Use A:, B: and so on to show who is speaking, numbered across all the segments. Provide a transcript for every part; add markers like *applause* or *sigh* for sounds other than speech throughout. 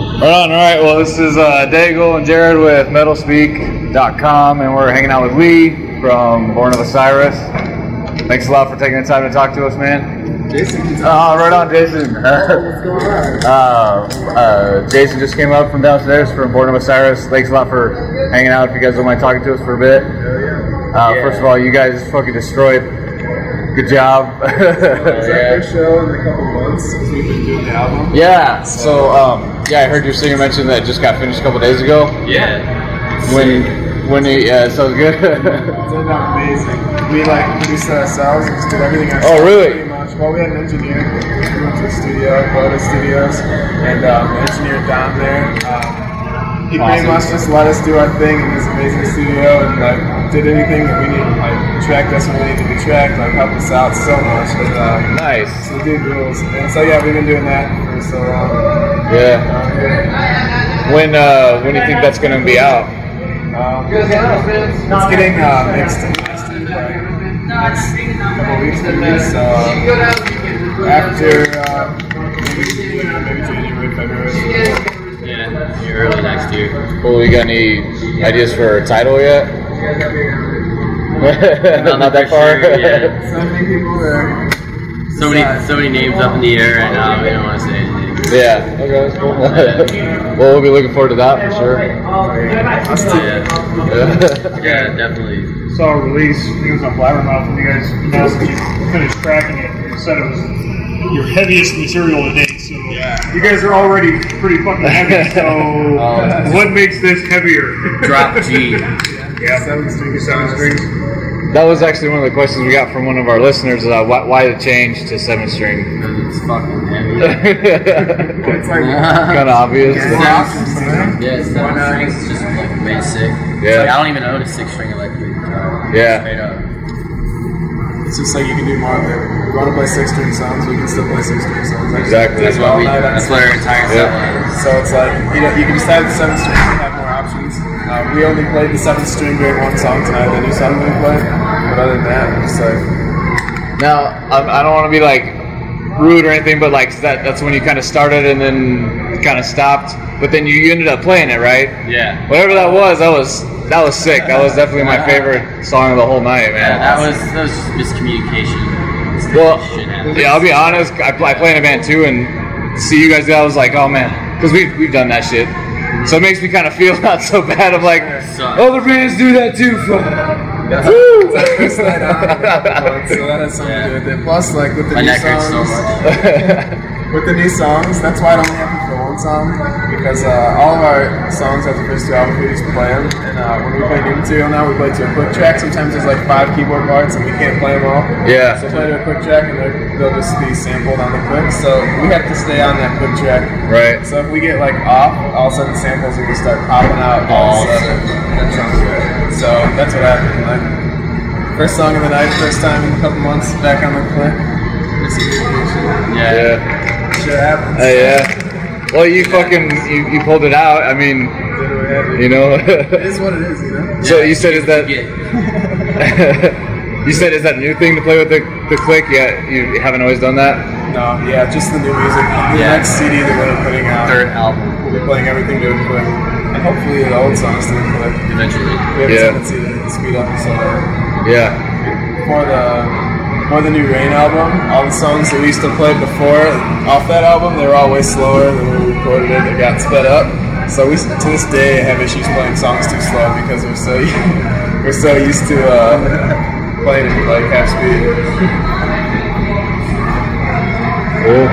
A: Right on, all right. Well, this is uh, Daigle and Jared with MetalSpeak.com, and we're hanging out with Lee from Born of Osiris. Thanks a lot for taking the time to talk to us, man.
B: Jason,
A: Uh, right on, Jason.
B: what's
A: *laughs*
B: going on?
A: uh, uh, Jason just came up from downstairs from Born of Osiris. Thanks a lot for hanging out. If you guys don't mind talking to us for a bit. Uh,
C: Yeah.
A: First of all, you guys fucking destroyed. Good *laughs* job.
B: Is that your show in a couple months? Because we've been doing the
A: *laughs*
B: album.
A: yeah. So, um, yeah, I heard your singer mention that it just got finished a couple days ago.
C: Yeah.
A: When when you, yeah, it sounds good. *laughs*
B: It turned out amazing. We like produced it ourselves and just did everything ourselves.
A: Oh, really?
B: Pretty much. Well, we had an engineer who went to the studio, Boda Studios, and um, engineer Don there. Um, he pretty
A: Awesome.
B: much just let us do our thing in this amazing studio and like did anything that we needed, like tracked us when we needed to be tracked, like helped us out so much. And, um,
A: nice.
B: so the dude rules. And so yeah, we've been doing that for so long.
A: Yeah.
B: Um, yeah.
A: When uh, when do you think that's gonna be out?
B: Um, it's getting uh, mixed and mastered by next couple weeks maybe. So after uh, maybe maybe January, February.
C: Yeah. Early next year.
A: Cool. You got any ideas for a title yet? Not, *laughs* that
C: for
A: far.
C: sure yet.
B: So many people are.
C: So many, so many names up in the air, and uh, we don't want to say
A: *laughs*
C: anything.
A: yeah. Okay, that's cool. well, *laughs* we'll be looking forward to that for sure.
B: Us two.
C: Yeah.
A: Yeah.
C: Yeah, definitely.
D: saw a release, I think it was on Blabbermouth, and you guys announced that you finished cracking it. You said it was your heaviest material to date, so you guys are already pretty fucking heavy, so
A: Oh.
D: what makes this heavier?
C: Drop G.
D: yeah, seven strings. Seven strings.
A: *laughs* that was actually one of the questions we got from one of our listeners. Uh, why, why the change to seven string? *laughs*
C: It's fucking *laughs* heavy.
A: kind
B: It's
A: of
B: like
A: obvious.
B: yeah. options for them.
C: Yeah, it's
B: Why
C: seven
B: not?
C: strings is just like basic.
A: Yeah.
C: Like, I don't even own a six string electric guitar.
A: Yeah.
C: Straight up.
B: It's just like you can do more of it. We want to play six string songs, we can still play six string songs.
A: Exactly.
C: That's what we. That's what our entire
A: Yeah.
C: set was.
B: So it's like you know you can decide the seven strings and have more options. Uh, we only played the seven string during one song tonight, the new song we played. But other than that, we're just like
A: Now, I, I don't want to be like rude or anything, but like that, that's when you kind of started and then kind of stopped. But then you, you ended up playing it, right?
C: Yeah.
A: Whatever that was, that was that was sick. That was definitely my favorite song of the whole night,
C: Yeah,
A: man.
C: that was that was just miscommunication. Shit
A: well,
C: happens.
A: yeah. I'll be honest. I, pl- I play in a band too, and see you guys. do that, I was like, oh man, because we've we've done that shit. So it makes me kind of feel *laughs* not so bad. I'm like,
C: Sucks.
A: other bands do that too.
B: first
C: *laughs*
B: night on. ah, So that has something to do with it. Plus, like with the
C: My
B: new
C: neck hurts
B: songs,
C: so much.
B: with the new songs, that's why it only happened for one song because uh, all of our songs after the first two albums we just play them, and uh, when we play new material now, we play to a quick track. Sometimes there's like five keyboard parts and we can't play them all.
A: *laughs* yeah.
B: So play to a quick track and they're- they'll just be sampled on the quick. So we have to stay on that quick track.
A: Right.
B: So if we get like off, all of a sudden samples are gonna start popping out. All of a sudden, that sounds good. So that's what happened. Like first song of the night, first time in a couple months back on the clip. Miscommunication.
C: Yeah.
A: Yeah.
B: Shit
A: Uh,
B: happens.
A: yeah. Well, you fucking you, you pulled it out. I mean,
B: Did what we had to do.
A: you know. *laughs*
B: It is what it is, you know.
A: so you said is that *laughs*
C: Yeah.
A: you said is that a new thing to play with the the click? Yeah, you haven't always done that.
B: No, yeah, just the new music. The
C: Yeah.
B: next CD that we're putting out,
C: Third album
B: we'll be playing everything to a clip, and hopefully the old songs to a clip.
C: eventually.
B: We have
A: Yeah.
B: a tendency to speed up the song.
A: Yeah.
B: for the for the new Rain album, all the songs that we used to play before off that album, they were all way slower than when we recorded it. They got sped up. So we s- to this day have issues playing songs too slow because we're so *laughs* we're so used to uh, playing it like half speed.
A: Cool.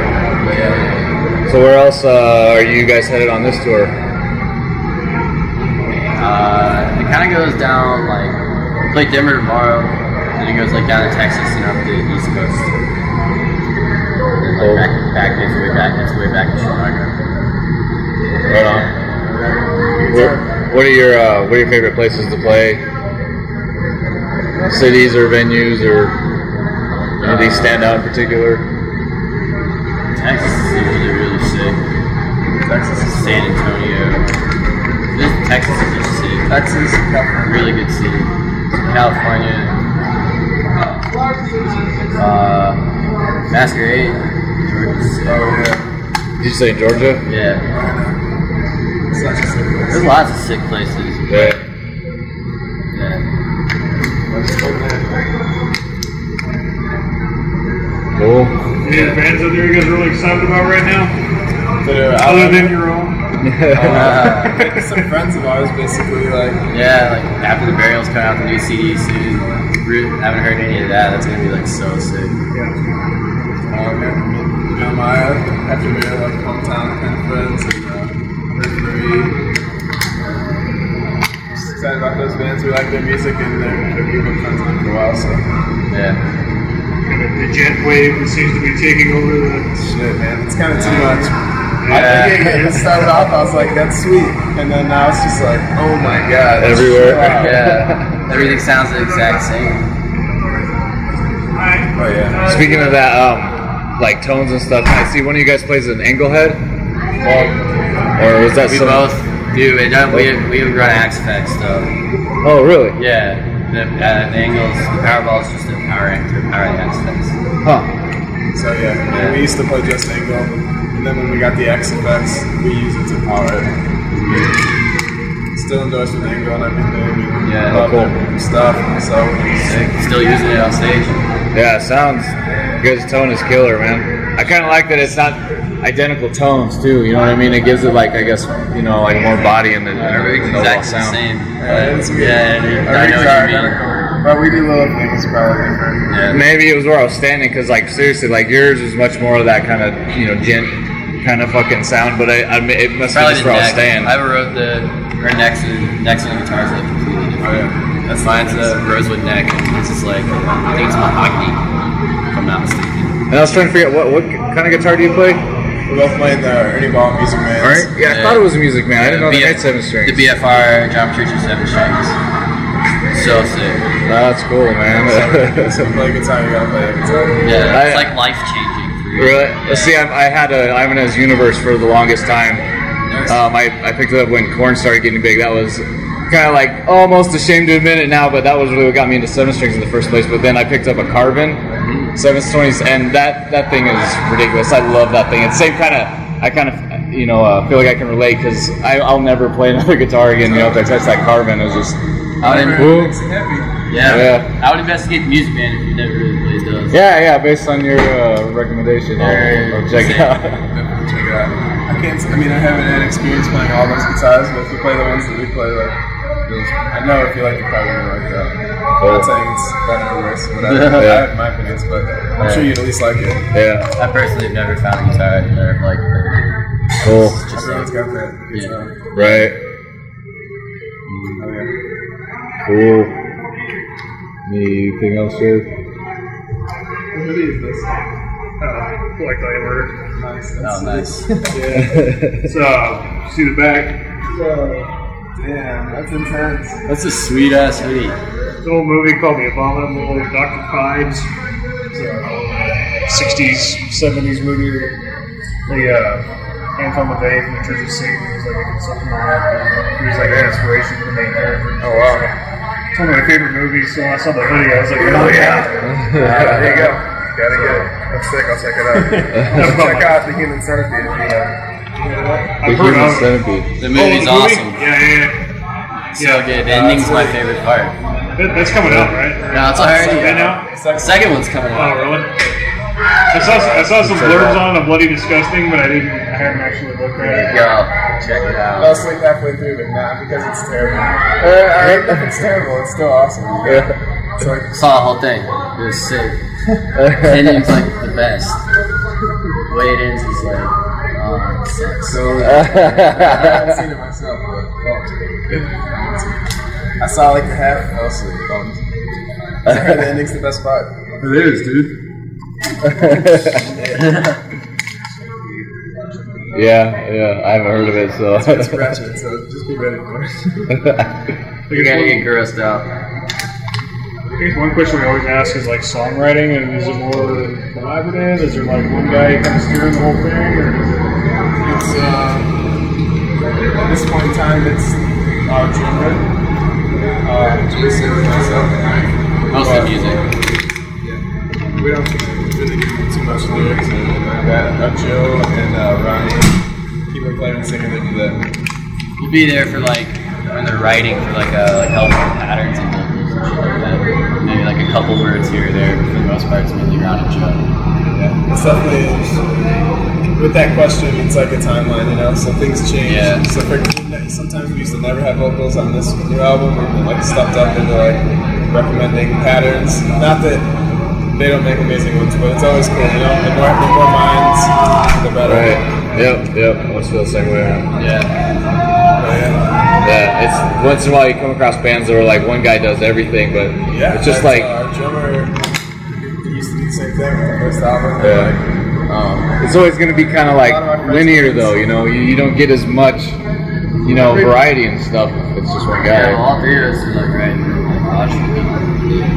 A: So where else uh, are you guys headed on this tour?
C: Uh, it kind of goes down like play Denver tomorrow, then it goes like down to Texas and up the East Coast. And like back, back this way, back this way, back to Chicago.
A: Right on. What, what are your uh, what are your favorite places to play? Cities or venues or anything stand out in particular?
C: Texas is usually really sick.
B: Texas is
C: San Antonio. This Texas is just sick.
B: Texas, California.
C: really good city. California. Uh, Masquerade. Georgia.
B: Oh, yeah.
A: Did you say Georgia?
C: Yeah. lots of sick places.
A: Yeah.
C: Yeah.
A: Cool.
D: Any other bands out there you guys are really excited about right now?
B: But, uh,
D: Other than your own? *laughs*
C: Uh,
B: uh, some friends of ours basically like
C: yeah, like after the burials come out, the new CD soon. Re- haven't heard any of that. That's gonna be like so sick.
D: Yeah.
B: um, you know my after we were like hometown kind of friends and uh, Rick Marie. Just excited about those bands. We like their music and their their we've been friends with for a while. So
C: Yeah.
D: Kind of the jet wave that seems to be taking over the.
B: shit, man, it's kind of too much.
D: *laughs*
C: Yeah.
B: I think it, it started off. I was like, that's sweet, and then now it's just like, oh my
A: Uh,
B: god, that's
A: Everywhere.
B: wild.
C: Yeah. Everything sounds the exact same.
D: Alright.
B: Oh yeah.
A: Speaking of that, um, like tones and stuff, I see one of you guys plays an Englehead, or was that
C: we
A: some?
C: both do. It don't, we
B: Oh.
C: we run Axe Effects though.
A: Oh, really?
C: Yeah. The, uh, the angles, the Powerball is just a power to power the Axe Effects.
A: Huh.
B: So yeah, and we used to play just angle, and then when we got the X effects, we used it to power it. Still endorsed with angle and everything. We
C: Yeah.
B: love
A: Cool.
B: their stuff. So sick.
C: Still using it on stage.
A: Yeah, it sounds. You guys' tone is killer, man. I kind of like that it's not identical tones too. You know what I mean? It gives it like I guess you know like more body in the in
C: Everything's
A: the overall
C: exactly the
A: sound.
C: same.
B: Yeah, it's
C: But,
B: good.
C: yeah, it is. I know
B: Everything's
C: what you mean.
B: identical. But we do little things probably different.
C: Yeah.
A: Maybe it was where I was standing because, like, seriously, like yours is much more of that kind of, you know, gent kind of fucking sound. But I, I mean, it must be
C: Probably
A: just where
C: the
A: I was
C: neck.
A: standing.
C: I wrote the her next and next on the guitar is like completely different.
A: Oh,
C: That's mine's a rosewood neck. and It's just like I think it's mahogany, if I'm not mistaken.
A: And I was trying to figure out what what kind of guitar do you play?
B: We both played the Ernie Ball Music Man.
A: All right, yeah, I thought it was a music man. I didn't know
C: The
A: they
C: B-
A: had seven strings.
C: The BFR John Petrucci seven strings. So sick.
A: That's cool, *laughs*
B: So if
A: man.
B: you play guitar, you gotta play a guitar.
C: Yeah,
A: I-
C: it's like life changing for you.
A: really? Let's see, I, I had a Ibanez Universe for the longest time.
C: Nice.
A: Um, I, I picked it up when corn started getting big. That was kind of like almost ashamed to admit it now, but that was really what got me into seven strings in the first place. But then I picked up a Carbon seven strings, and that that thing is ridiculous. I love that thing. It's same kind of. I kind of you know uh, feel like I can relate because I'll never play *laughs* another guitar again. You know, if I touch that Carbon, it was just.
C: I would, in-
A: Ooh.
B: Makes you happy.
C: yeah,
A: Yeah.
C: I would investigate the music band if you never really played those.
A: Yeah, yeah, based on your uh, recommendation, I'll, I'll check it out. *laughs*
B: Definitely check it out. I can't. I mean, I haven't had experience playing all those guitars, but if you play the ones that we play, like, those- I know if you like the cover, you like that. I'm not saying it's better or worse, whatever.
A: Yeah.
B: I have my opinions, but
A: Yeah.
B: I'm sure you'd at least like it.
A: Yeah,
C: I personally have never found a guitar I've never liked.
A: cool.
B: Everyone's got that guitar.
A: Right.
B: Oh, yeah.
A: Cool. Anything else,
B: *laughs*
A: Dave?
B: What really is this?
D: Uh, like I were.
B: Nice.
C: Oh, nice.
B: Yeah.
D: So, uh, see the back.
B: Damn, that's intense.
C: That's a sweet ass hoodie.
D: It's an old movie called The Abominable Dr. Fives. It's a 60s, 70s movie. The uh, Anton LaVey from the Church of Satan was like something like that. He was like an inspiration for the main character.
B: Oh, wow.
D: It's one of my favorite movies, so when I saw the hoodie, I was like, oh yeah.
B: there you go. Gotta get it. That's sick. I'll check *laughs* it out. check out the Human Centipede if you haven't.
D: I've heard of it.
A: centipede.
C: The
D: Oh, the
C: movie's
D: movie?
C: awesome.
D: Yeah, yeah,
C: So good. The ending's my favorite part.
D: yeah. That, that's coming out, right?
C: No, it's already
D: Right now?
C: The second one's coming
D: Oh,
C: out.
D: really? I saw, I saw some blurbs on it, Bloody Disgusting, but I didn't, I haven't actually looked at it.
C: Yo, check it
B: I fell
C: out.
B: asleep halfway through, but not because it's terrible. Uh, I hate that it's terrible. It's still awesome. Yeah. It's like
C: Saw the whole thing. It was sick. Ending's like the best. The way it ends is like, oh, it sucks.
B: so. I haven't seen it myself, but well, I saw like the half. I was *laughs* like, bummed. I heard the ending's the best part.
C: It is, dude.
A: *laughs* Yeah, yeah, I haven't heard of it, so. *laughs*
B: It's ratchet, so just be ready for it. *laughs*
C: You're gonna get grossed out.
D: I think one question we always ask is like songwriting, and is it more collaborative? Is there like one guy kind of steering the whole thing, or is it?
B: It's uh, at this point in time, it's our genre. Uh, Jason, myself, and I.
C: Mostly
B: But-
C: music.
B: We don't really do too much lyrics or anything like that. Uh, Joe and uh, Ronnie, keyboard player and singer, they do that.
C: We'll be there for like when they're writing for like uh like helping with patterns and vocals and shit like that. Maybe like a couple words here or there. but For the most part, it's mainly round and show.
B: Yeah, it's definitely with that question. It's like a timeline, you know. So things change.
C: Yeah.
B: So for, sometimes we used to never have vocals on this new album, and then, like stuffed up into like recommending patterns. Not that they don't make amazing ones, but it's always cool, you know. The more, the more minds, the better.
A: Right. Yep. Yep. I always feel the same way. around.
C: Yeah.
B: But, yeah.
A: Oh, Yeah. It's once in a while you come across bands that are like one guy does everything, but
B: Yeah,
A: it's just
B: that's,
A: like
B: uh, our drummer used to do the same thing with the first album.
A: Yeah.
B: Like, um,
A: it's always going to be kind of
B: A lot of
A: like
B: our friends
A: linear,
B: do this.
A: though. You know, you, you don't get as much, you know, variety and stuff. if It's just one
C: Yeah. Well,
A: guy.
C: all three of us are like writing and like watching.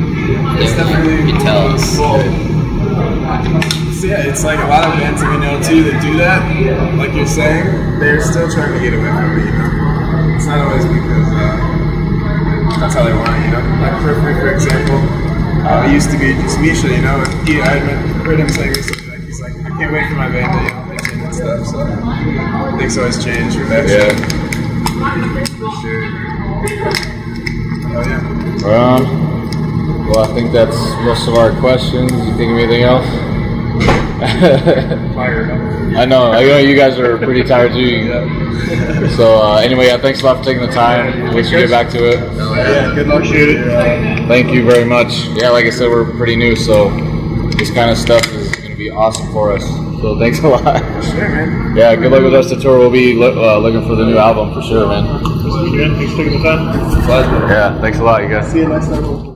B: It's definitely-
C: You can tell us.
B: So yeah, it's like a lot of bands that we know too that do that. Like you're saying, they're still trying to get away from it. You know, it's not always because uh, that's how they want it. You know, like for for, for example, uh, it used to be just Misha. You know, and he, I had heard him say recently, like he's like, I can't wait for my band to you know mix in and stuff. So things always change with that shit.
A: Yeah.
B: For sure. Oh yeah.
A: Um, well, I think that's most of our questions. You think of anything else? *laughs* I know. I know you guys are pretty tired
B: *laughs*
A: too. So uh, anyway, yeah, thanks a lot for taking the time. We should get back to it.
B: Yeah. Good luck
D: Appreciate it.
A: Thank you very much. Yeah, like I said, we're pretty new, so this kind of stuff is going to be awesome for us. So thanks a lot.
B: Sure, man.
A: Yeah, good luck with us. The tour. We'll be lo- uh, looking for the new album for sure, man.
D: Thanks for taking the time.
A: Yeah, thanks a lot, you guys.
B: See you next time.